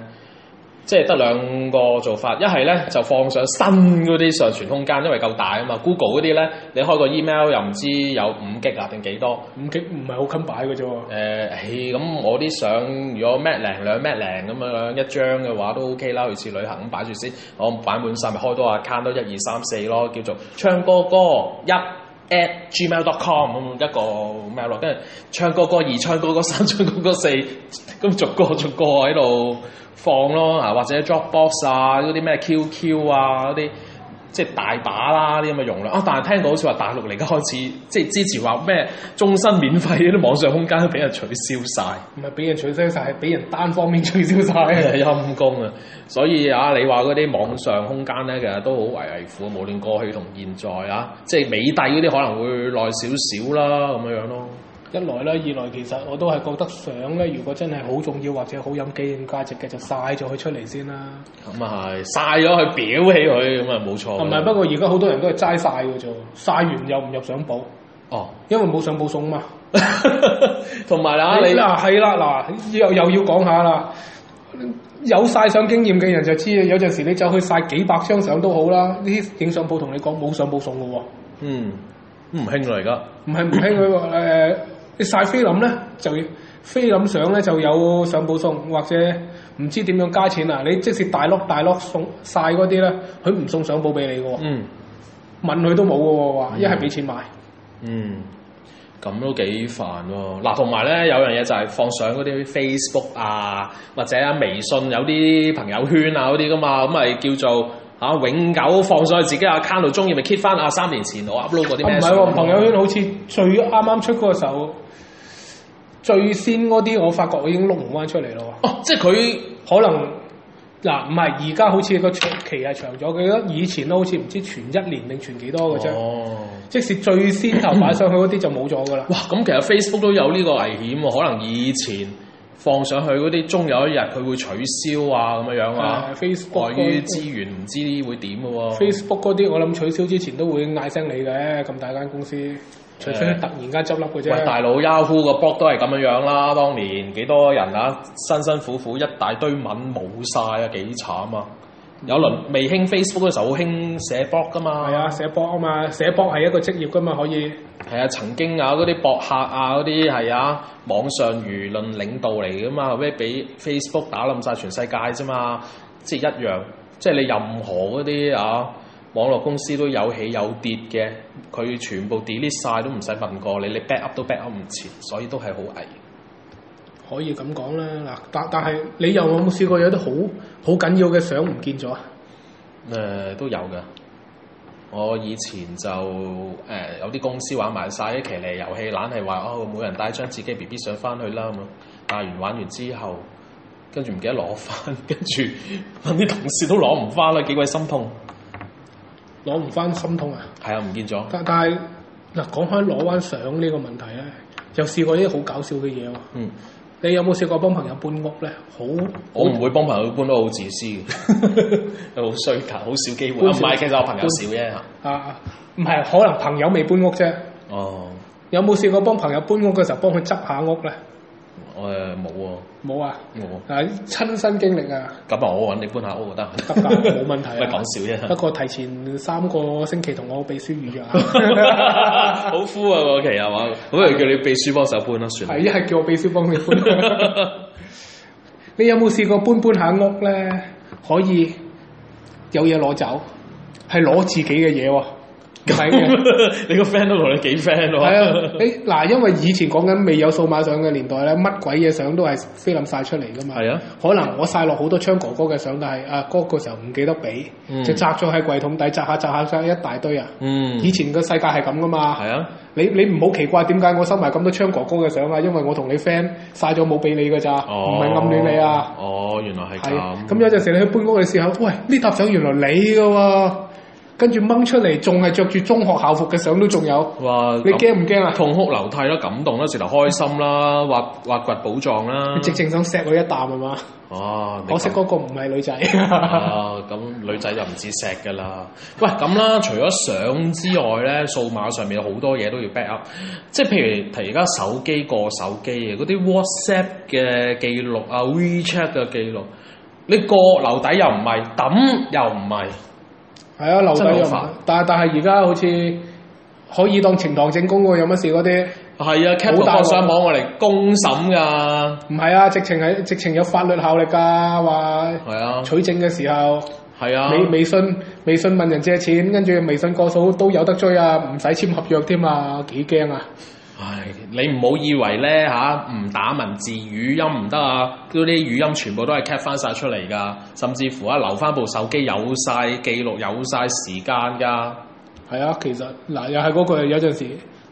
即係得兩個做法，一係咧就放上新嗰啲上傳空間，因為夠大啊嘛。Google 嗰啲咧，你開個 email 又唔知有五 G 啊定幾多？五 G 唔係好襟擺嘅啫喎。誒、唉咁我啲相如果 mat 零兩 mat 零咁樣一張嘅話都 OK 啦，去次旅行咁擺住先。我擺滿晒咪開多 account 都一二三四咯，叫做唱歌歌一 at gmail.com 咁一個 mail 咯，跟住唱歌歌二、唱歌歌三、唱歌歌四，咁逐個逐個喺度放咯，啊或者 Dropbox 啊嗰啲咩 QQ 啊嗰啲。即係大把啦啲咁嘅容量啊！但係聽講好似話大陸嚟家開始，即係之前話咩終身免費嗰啲網上空間都俾人取消晒。哎唔係俾人取消晒，係俾人單方面取消晒啊。 *laughs* 陰公啊！所以啊，你話嗰啲網上空間咧，其實都好危危苦，無論過去同現在啊，即係美帝嗰啲可能會耐少少啦，咁樣樣咯。一來啦，二來其實我都係覺得相咧，如果真係好重要或者好有紀念價值嘅，就晒咗佢出嚟先啦。咁啊係，曬咗佢裱起佢，咁啊冇錯唔嘅。係，不過而家好多人都係齋晒嘅啫，晒完又唔入相簿，哦， *laughs* 因為冇相簿送嘛。同埋 *laughs* 啊，你嗱係啦，嗱又又要講下啦。有晒相經驗嘅人就知，有陣時你走去晒幾百張相都好啦。呢啲影相鋪同你講冇相簿送嘅喎，嗯唔興啦而家。唔係唔興佢話誒，你晒菲林咧就要菲林相咧就有相簿送，或者唔知點樣加錢啊！你即使大碌大碌送晒嗰啲咧，佢唔送相簿俾你嘅喎，嗯問佢都冇嘅喎，話嗯一係俾錢買。嗯，咁都幾煩喎。嗱，同埋咧有樣嘢就係放上嗰啲 Facebook 啊，或者啊微信有啲朋友圈啊嗰啲噶嘛，咁咪叫做啊、永久放上去自己 account 度，中意咪 keep 翻啊三年前我 upload 嗰啲啊咩唔相係咯？喎，朋友圈好似最啱啱出嗰個時候，最先嗰啲我發覺我已經碌唔翻出嚟咯哦，即係佢喎，可能嗱唔係而家好似個長期係長咗，佢以前都好似唔知存一年定存幾多嘅啫。哦。即使最先頭擺上去嗰啲就冇咗㗎啦。哇！咁其實 Facebook 都有呢個危險喎，可能以前放上去嗰啲，終有一日佢會取消啊咁樣樣啊誒。Facebook 礙於嗰資源唔知會點嘅喎。 Facebook 嗰啲，我諗取消之前都會嗌聲你嘅，咁大間公司，除非誒突然間執笠嘅喂，啫。大佬 Yahoo 個 blog 都係咁樣樣啦，當年幾多人啊，辛辛苦苦一大堆文冇晒啊，幾慘啊！有輪未興 Facebook 嘅時候，好興寫 blog 噶嗯嘛，係啊，寫博啊嘛，寫博係一個職業㗎嘛，可以。係啊，曾經啊嗰啲博客啊嗰啲係啊網上輿論領導嚟噶嘛，後尾俾 Facebook 打冧晒全世界啫嘛，即係一樣，即係你任何嗰啲啊網絡公司都有起有跌嘅，佢全部 delete 晒都唔使問過你，你 back up 都 back up 唔切，所以都係好危險。可以咁講啦，嗱，但但係你有冇試過有啲好好緊要嘅相唔見咗啊？誒、呃都有嘅。我以前就誒、有啲公司玩埋晒啲騎呢遊戲，懶係話哦，每人帶張自己 B B 相翻去啦咁樣。帶完玩完之後，跟住唔記得攞翻， *laughs* 跟住問啲同事都攞唔翻啦，幾鬼心痛。攞唔翻心痛啊！係啊，唔見咗。但但係嗱，講開攞翻相呢個問題咧，又試過啲好搞笑嘅嘢喎。嗯，你有冇試過幫朋友搬屋咧？好，我唔會幫朋友搬屋，好自私嘅， *laughs* 好衰格，好少機會。搬啊唔少係，其實我朋友少啫。啊，唔係可能朋友未搬屋啫。哦，有冇試過幫朋友搬屋嘅時候幫佢執下屋咧？我誒冇喎，冇啊！我啊，親身經歷 *laughs* 啊，咁啊，我揾你搬下屋就得。得㗎，冇問 *laughs* 題喂，啊。講笑啫不。過提前三個星期同我秘書預約 *laughs* 啊。好敷啊嗰期係嘛？咁不如叫你秘書幫手搬啦，算係啦。一係叫我秘書幫你搬。 *laughs* 你有冇試過搬搬下屋咧？可以有嘢攞走，係攞自己嘅嘢喎。 *laughs* 係嘅，你個 friend 都同你幾 friend 係啊！喎？誒嗱，因為以前講緊未有數碼相嘅年代咧，乜鬼嘢相都係菲林晒出嚟噶嘛。係啊，可能我晒落好多昌哥哥嘅相，但係啊嗰個時候唔記得俾，嗯就擲咗喺櫃桶底，擲下擲下擲一大堆啊！嗯，以前個世界係咁噶嘛。係啊，你你唔好奇怪點解我收埋咁多昌哥哥嘅相啊，因為我同你 friend 晒咗冇俾你㗎咋，唔哦係、暗戀你啊。。哦，原來係係啊咁。咁有陣時你去搬屋嘅時候，喂呢沓相原來你㗎喎、跟住掹出嚟仲係着住中學校服嘅相都仲有，哇，你咁驚唔驚啊？痛哭流涕啦，感動啦，直頭開心啦，挖挖掘寶藏啦你。直情想錫佢一啖係嘛？哇！你可惜咁嗰個唔係女 *laughs* 仔。啊，咁女仔就唔止錫噶啦。喂，咁啦，除咗相之外咧，數碼上面有好多嘢都要 back up，即係譬如提而家手啊機過手機嘅嗰啲 WhatsApp 嘅記錄啊、WeChat 嘅記錄，你過樓底又唔係，抌又唔係，係啊，留低真係又唔好煩但係但係而家好似可以當呈堂證供喎，有乜事嗰啲係啊，cap 好個大鑊放上網我嚟公審㗎，唔係啊，直情係直情有法律效力㗎，話係啊，取證嘅時候，係啊，你微信微信問人借錢，跟住微信過數都有得追啊，唔使簽合約添啊，幾驚啊！唉，你唔好以為咧吓唔打文字語音唔得啊！嗰啲語音全部都係 cap 翻晒出嚟㗎，甚至乎啊留翻部手機有晒記錄，有晒時間㗎。係啊，其實嗱又係嗰句，有陣時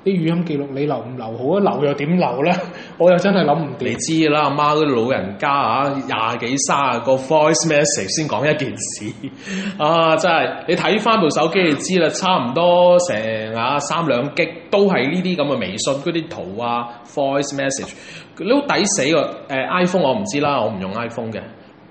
啲語音記錄你留唔留好啊？留又點留咧？ *laughs* 我又真係諗唔你掂。知啦，阿媽嗰啲老人家啊，廿幾卅個 voice message 先講一件事 *laughs* 啊，真係你睇翻部手機就知啦，差唔多成啊三兩擊都係呢啲咁嘅微信嗰啲圖啊 voice message，你好抵死喎！誒、iPhone 我唔知啦，我唔用 iPhone 嘅。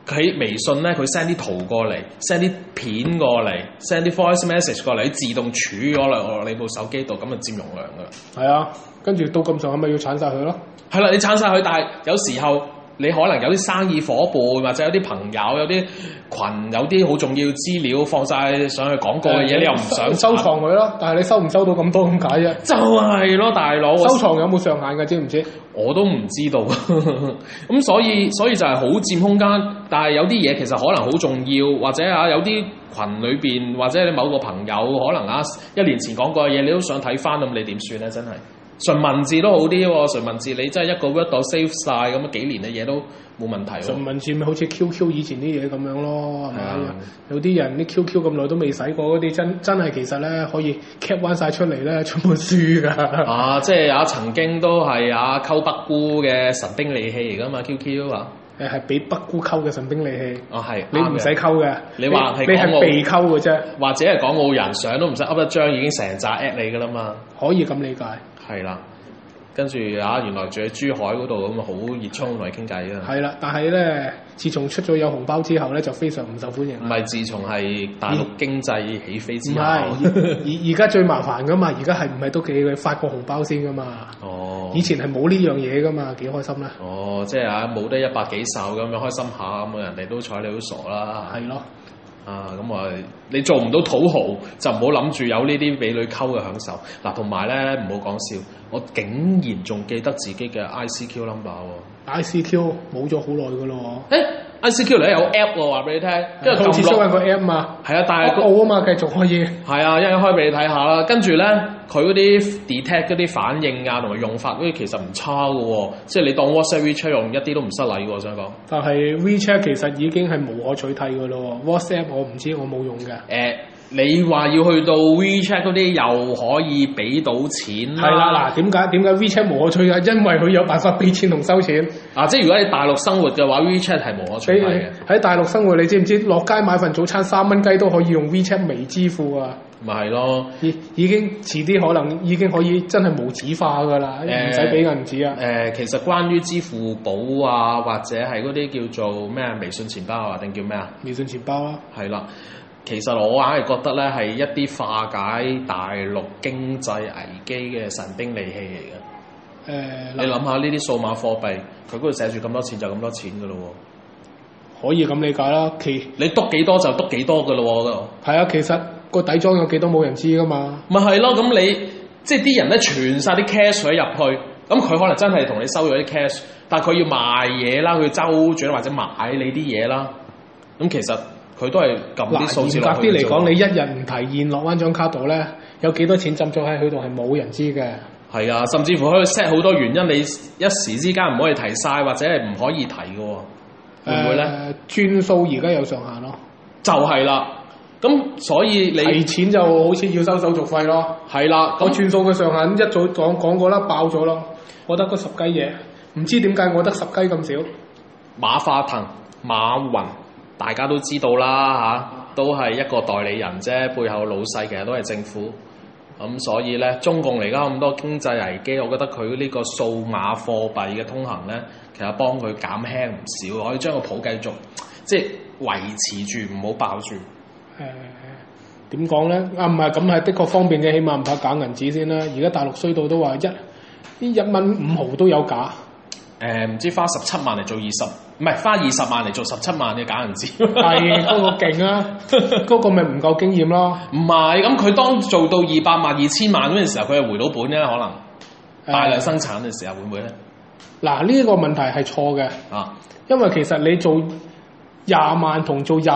佢微信咧，佢 send 啲圖過嚟，send 啲片過嚟，send 啲 voice message 過嚟，自動儲咗落你部手機度，咁就佔容量噶啦。係啊，跟住到咁上下咪要鏟晒佢咯。係啦，你撐晒佢，但係有時候你可能有啲生意伙伴，或者有啲朋友，有啲群，有啲好重要資料放晒上去廣告嘅嘢，你又唔想收藏佢咯，但係你收唔收到咁多咁解啫？就係咯，大佬，收我藏有冇上限嘅？知唔知？我都唔知道， *laughs* 咁所以所以就係好佔空間，但係有啲嘢其實可能好重要，或者啊有啲群裏邊或者你某個朋友可能啊一年前講過嘅嘢，你都想睇翻咁，你點算咧？真係純文字都好啲喎，純文字你真係一個 word 度 save 晒咁啊樣幾年嘅嘢都冇問題喎純。文字咪好似 QQ 以前啲嘢咁樣咯，係咪啊嗯？有啲人啲 QQ 咁耐都未使過嗰啲，真真係其實咧可以 cap 翻晒出嚟咧出本書㗎。啊，即係啊，曾經都係啊，溝北姑嘅神兵利器嚟噶嘛，QQ 啊，誒係俾北姑溝嘅神兵利器，啊係，你唔使啱嘅溝嘅，你話係你係港澳被溝嘅啫，或者係港澳人相都唔使噏一張，已經成扎 at 你噶啦嘛，可以咁理解。係啦，跟住啊，原來住喺珠海嗰度咁啊，好熱衷同你傾偈啊，係啦，但係咧，自從出咗有紅包之後咧，就非常唔受歡迎唔啦。係自從係大陸經濟起飛唔之係，後，而而家最麻煩噶嘛，而家係唔係都幾佢發個紅包先噶嘛？哦以，前係冇呢樣嘢噶嘛，幾開心啦。哦，即係啊，冇得一百幾手咁樣開心下咁啊，人哋都睬你好傻啦，係咯，啊，咁啊，你做唔到土豪就唔好諗住有呢啲美女溝嘅享受。嗱、同埋咧唔好講笑，我竟然仲記得自己嘅 ICQ number 喎、 ICQ 冇咗好耐噶咯誒 ICQ 你有 app 喎，話俾你聽，喎，跟住佢好似出撳緊落，個 app 嘛，係啊，但係個澳啊嘛，繼續可以。係啊，一陣開俾你睇下啦。跟住咧，佢嗰啲 detect 嗰啲反應啊，同埋用法嗰啲其實唔差嘅喎、即係你當 WhatsApp WeChat 用一啲都唔失禮喎，想講。但係 WeChat 其實已經係無可取替噶咯喎，WhatsApp 我唔知我冇用嘅。誒、你話要去到 WeChat 嗰啲又可以俾到錢係啦，嗱，點解點解 WeChat 無可取替？因為佢有辦法俾錢同收錢。啊，即係如果你大陸生活嘅話，WeChat 係無可取你替嘅，喺大陸生活，你知唔知落街買份早餐三蚊雞都可以用 WeChat 微支付啊？咪係咯。已已經遲啲可能已經可以真係無紙化㗎啦，誒唔使俾銀紙誒、啊！其實關於支付寶啊，或者係嗰啲叫做咩啊微信錢包啊，定叫咩啊？微信錢包啊，係啦，其實我硬係覺得咧係一啲化解大陸經濟危機嘅神兵利器嚟嘅。誒你嗱，諗下呢啲數碼貨幣，佢嗰度寫住咁多錢就咁多錢嘅咯喎，可以咁理解啦。其你篤幾多就篤幾多嘅咯係啊，其實個底裝有幾多冇人知㗎嘛。喎，咪係咯？咁你即係啲人咧存晒啲 cash 水入去，咁佢可能真係同你收咗啲 cash，但係佢要賣嘢啦，佢要周轉或者買你啲嘢啦，咁其實佢都係撳嗱，啲數字嚴落格去啲嚟嘅啫喎。講，你一日唔提現落翻張卡度咧，有幾多錢浸咗喺佢度係冇人知嘅。係啊，甚至乎可以 set 好多原因，你一時之間唔可以提晒，或者係唔可以提嘅喎，會唔會咧？誒？呃轉數而家有上限咯，就係啦，咁所以提你錢就好似要收手續費咯。係啦，我咁轉數嘅上限一早講講過啦，爆咗咯。我得嗰十雞嘢，唔知點解我得十雞咁少。馬化騰、馬雲，大家都知道啦嚇、都係一個代理人啫，背後老細其實都係政府。咁所以咧，中共嚟家咁多經濟危機，我覺得佢呢個數碼貨幣嘅通行咧，其實幫佢減輕唔少，可以將個譜繼續即係維持住，唔好爆住。誒呃點講咧？啊，唔係咁係的確方便嘅，起碼唔怕假銀紙先啦。而家大陸衰到都話一啲一蚊五毫都有假，誒、誒唔知花十七萬嚟做二十，唔係花二十萬嚟做十七萬嘅假銀紙。係嗰個勁啊，嗰個咪唔夠經驗咯。 *laughs* 唔係，咁佢當做到二百萬、二千萬嗰陣時候，佢係回到本咧，可能大量生產嘅時候會唔會咧？嗱，呢個問題係錯嘅，啊，因為其實你做廿萬同做廿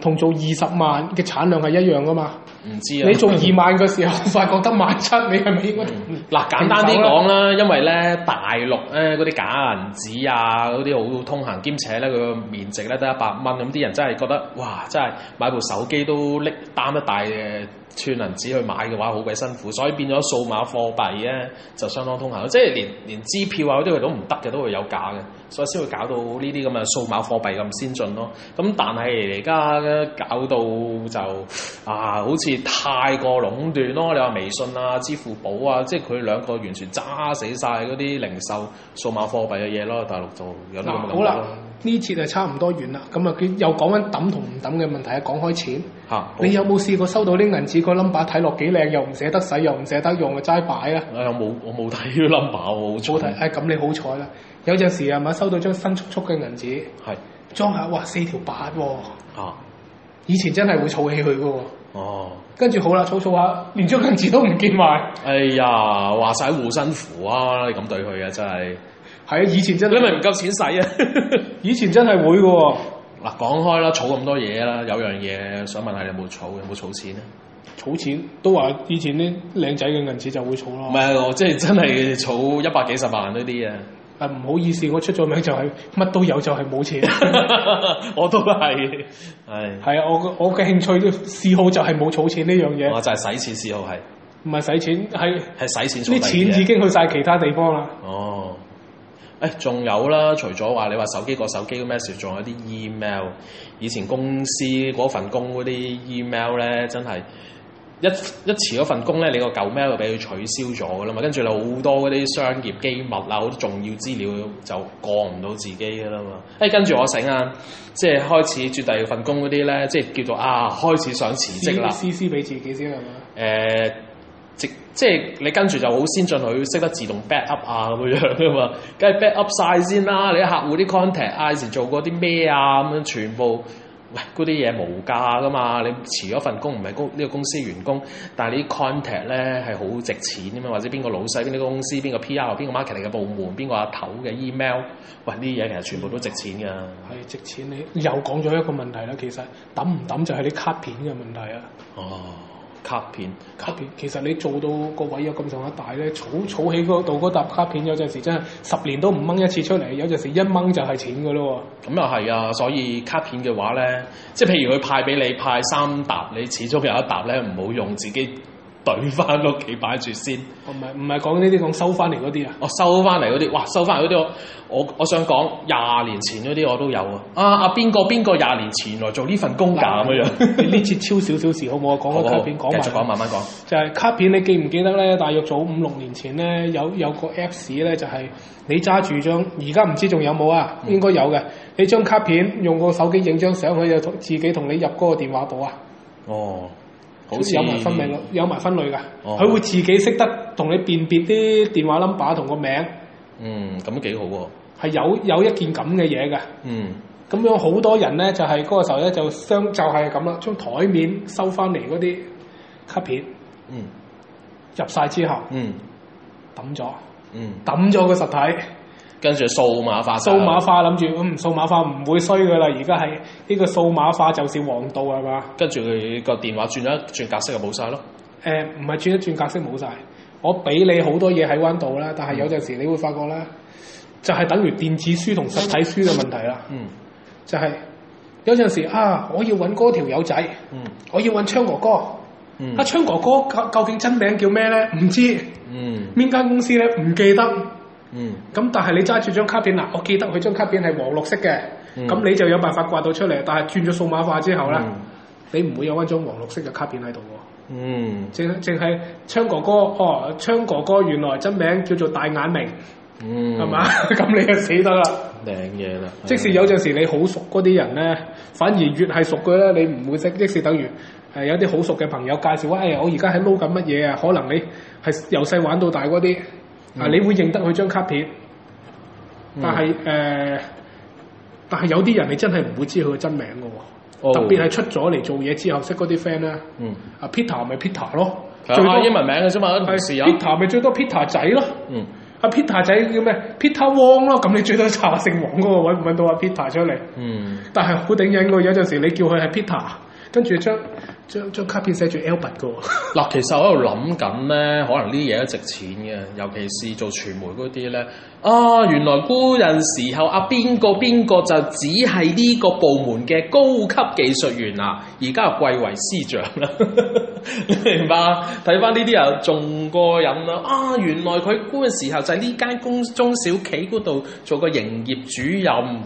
同做二十萬嘅產量係一樣噶嘛。唔知啊。你做二萬嘅時候，發覺得萬七，你係咪應該同？嗯嗱，簡單啲講啦，因為咧大陸咧嗰啲假銀紙啊，嗰啲好通行，兼且咧佢個面值咧得一百蚊，咁啲人真係覺得哇，真係買部手機都拎擔一大誒串銀紙去買嘅話，好鬼辛苦，所以變咗數碼貨幣咧就相當通行，即係連連支票啊嗰啲佢都唔得嘅，都會有假嘅，所以先會搞到呢啲咁嘅數碼貨幣咁先進咯。咁但係而家搞到就啊，好似太過壟斷咯。你話微信啊、支付寶啊，即係佢兩個完全揸死晒嗰啲零售數碼貨幣嘅嘢咯。大陸就有啲啊嗱咁嘅感好覺啦咯。，呢節就差唔多完啦。咁啊，佢又講緊抌同唔抌嘅問題啊。講開錢，嚇、好你有冇試過收到啲銀紙個 number 睇落幾靚，又唔捨得使，又唔捨得用，就齋擺啊？哎我又冇我冇睇 number 喎，好好粗睇，誒咁你好彩啦！有陣時係咪收到張新速速嘅銀紙，係裝下哇四條八喎、啊以前真係會儲起佢嘅喎。哦。跟住好啦，儲儲下，連張銀紙都唔見埋。哎呀，話晒護身符啊！你咁對佢啊，真係係啊，以前真你咪係，唔夠錢使啊！以前真係會嘅喎、嗱，講開啦，儲咁多嘢啦，有樣嘢想問下你有冇儲？有冇儲錢咧？啊儲錢都話以前啲靚仔嘅銀紙就會儲唔咯。係，我即係真係儲一百幾十萬呢啲啊！啊唔好意思，我出咗名就係、乜都有，就係冇 *laughs* 錢。 *laughs* 我都 *laughs* 係，係係啊，我嘅我嘅興趣嗜好就係啊冇儲錢呢樣嘢，我就係使錢嗜好係，唔係使錢，係係使啲錢儲第二錢嘢已經去晒其他地方啦。哦。誒，仲有啦，除咗話你話手機個手機嘅 message，仲有啲 email。以前公司嗰份工嗰啲 email 咧，真係一一辭咗份工咧，你個舊 mail 就俾佢取消咗噶啦嘛。跟住你好多嗰啲商業機密啊，好多重要資料就過唔到自己噶啦嘛。誒、跟住我醒啊，即係開始轉第二份工嗰啲咧，即係叫做啊，開始想辭職啦。 C C 俾自己先係嘛？誒、呃即即係你跟住就好先進，佢識得自動 back up 啊咁樣噶嘛，梗係 back up 晒先啦。你啲客戶啲 contact 啊，以前做過啲咩啊咁樣，全部喂嗰啲嘢無價噶嘛。你辭咗份工唔係公呢、個公司員工，但係你啲 contact 咧係好值錢噶嘛，或者邊個老細、邊啲公司、邊個 PR、邊個 marketing 嘅部門、邊個阿頭嘅 email，喂呢啲嘢其實全部都值錢㗎。係值錢你又講咗一個問題啦，其實抌唔抌就係啲卡片嘅問題啊。哦，卡片，卡啊片其實你做到個位有咁上下大咧，儲儲起嗰度嗰沓卡片，有陣時真係十年都唔掹一次出嚟，有陣時一掹就係錢噶咯咁又係啊，所以卡片嘅話咧，即係譬如佢派俾你派三沓，你始終有一沓咧唔好用，自己懟翻屋企擺住先。喎。唔係唔係講呢啲，講收翻嚟嗰 *laughs* 啲啊。我收翻嚟嗰啲，哇！收翻嚟嗰啲，我我我想講廿年前嗰啲我都有啊。啊啊邊個邊個廿年前來做呢份工㗎咁樣樣。你呢次超少少時好冇啊？講好個好卡好，片繼講埋續講，慢慢講。就係卡片，你記唔記得咧？大約早五六年前咧，有有個 Apps 咧，就係、你揸住張，而家唔知仲有冇啊？嗯應該有嘅。你張卡片用個手機影張相，佢就同自己同你入嗰個電話簿啊。哦，好似有嗯埋分類咯，有埋分類㗎。哦佢、會自己識得同你辨別啲電話 number 同個名，嗯，咁都幾好喎。係有有一件咁嘅嘢㗎。嗯，咁樣好多人咧，就係、嗰個時候咧，就相就係咁啦，將台面收翻嚟嗰啲卡片嗯，入晒之後嗯，抌咗，嗯，抌咗個實體，跟住數碼化晒數啦。碼化諗住，嗯，數碼化唔會衰㗎啦，而家係呢個數碼化就是王道係嘛？跟住佢個電話轉一轉格式就冇晒咯。誒唔係轉一轉格式冇晒，我俾你好多嘢喺彎度啦，但係有陣時你會發覺咧，就係、等於電子書同實體書嘅問題啦，嗯就係、有陣時啊，我要揾嗰條友仔，嗯我要揾昌哥哥，嗯阿昌哥哥究究竟真名叫咩咧？唔知嗯邊間公司咧？唔記得。嗯咁但係你揸住張卡片嗱，我記得佢張卡片係黃綠色嘅，嗯咁、你就有辦法刮到出嚟。但係轉咗數碼化之後咧，嗯你唔會有翻張黃綠色嘅卡片喺度喎。嗯淨淨係昌哥哥，哦，昌哥哥原來真名叫做大眼明，嗯，係嘛、 *laughs* 咁你就死得啦！靚嘢啦！即使有陣時你好熟嗰啲人咧，反而越係熟嘅咧，你唔會識。即使等於誒、呃有啲好熟嘅朋友介紹話，誒、我而家喺撈緊乜嘢啊？可嗯能你係由細玩到大嗰啲，啊、你會認得佢張卡片，但係誒、呃但係有啲人你真係唔會知佢嘅真名嘅喎。哦特別係出咗嚟做嘢之後識嗰啲 friend 咧，嗯，阿 Peter 咪 Peter 咯，係啊英文名嘅啫嘛，同事係啊， Peter 咪最多 Peter 仔咯。嗯，阿 Peter 仔叫咩？Peter Wong 咯，咁你最多查姓王嗰個位，揾唔到阿 Peter 出嚟。嗯，但係好頂癮嘅喎，有陣時你叫佢係 Peter，跟住張張張卡片寫住 Albert 嘅喎。嗱，其實我喺度諗緊咧，可能呢嘢都值錢嘅，尤其是做傳媒嗰啲咧。啊，原來古人時候啊，邊個邊個就只係呢個部門嘅高級技術員啊，而家又貴為司長啦。 *laughs* 你明白嗎？睇翻呢啲又仲過癮啦。啊，原來佢古嘅時候就喺呢間公中小企嗰度做個營業主任。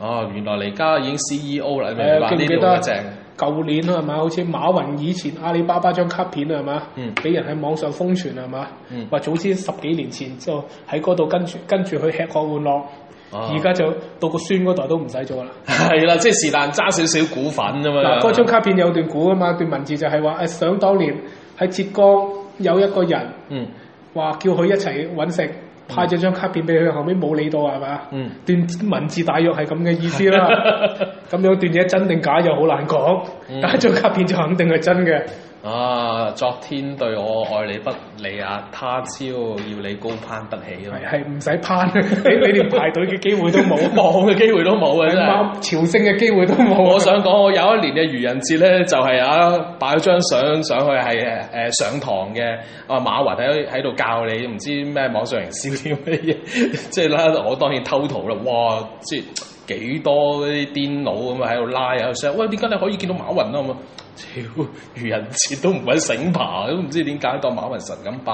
哦、原來你而家已經 CEO 啦，你明白誒呃記唔記呢度得嘅正。舊年啊係嘛？好似馬雲以前阿里巴巴張卡片係嘛嗯？俾、人喺網上瘋傳啊係嘛嗯？話、早先十幾年前就喺嗰度跟住跟住去吃喝玩樂，啊而家、就到個孫嗰代都唔使做啦。係啦，即係是但揸少少股份咁樣。嗱，嗰張卡片有段古啊嘛，段文字就係話誒，想當年喺浙江有一個人嗯話叫佢一齊揾食，派咗張卡片俾佢，後尾冇理到啊係嘛？嗯，段文字大約係咁嘅意思 *laughs* 啦。咁樣段嘢真定假又好難講，嗯但係張卡片就肯定係真嘅。啊，昨天對我愛理不理啊，他朝要你高攀不起啊係，係唔使攀， *laughs* 你你連排隊嘅機會都冇，望嘅機會都冇啊 *laughs* 真係。啱朝聖嘅機會都冇。我想講，我有一年嘅愚人節咧，就係、啊擺咗張相上去係誒上堂嘅，啊馬雲喺喺度教你唔知咩網上營銷啲乜嘢， *laughs* 即係啦，我當然偷圖啦，哇！即係幾多嗰啲癲佬咁啊喺度拉啊 s 喂點解你可以見到馬雲啊咁啊？超愚人節都唔揾醒爬，都唔知點解當馬雲神咁拜。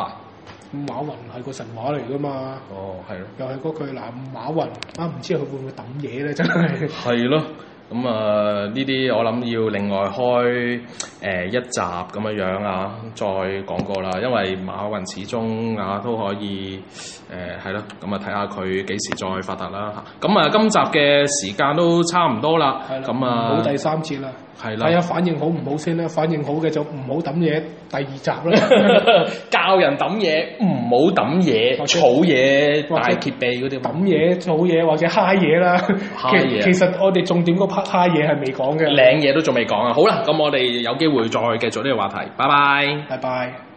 馬雲係個神話嚟噶嘛，哦，係咯。又係嗰句嗱，馬雲啊，唔知佢會唔會抌嘢咧？真係。係咯，咁啊呢啲我諗要另外開誒、呃一集咁樣樣啊，再講過啦。因為馬雲始終啊都可以誒係咯，咁啊睇下佢幾時再發達啦。咁啊今集嘅時間都差唔多啦，係啦咁唔好啊第三節啦，係啊睇 *laughs* 下啦，反應好唔好先啦。反應好嘅就唔好抌嘢，第二集 *laughs* 啦。 *laughs* 教人抌嘢，唔好抌嘢，或者儲嘢、或者大揭秘嗰啲抌嘢、做嘢或者嗨嘢啦。嗨嘢啊其其實我哋重點嗰 part 嗨嘢係未講嘅。靚嘢都仲未講啊。好啦，咁我哋有機會再繼續呢個話題，拜拜。拜拜。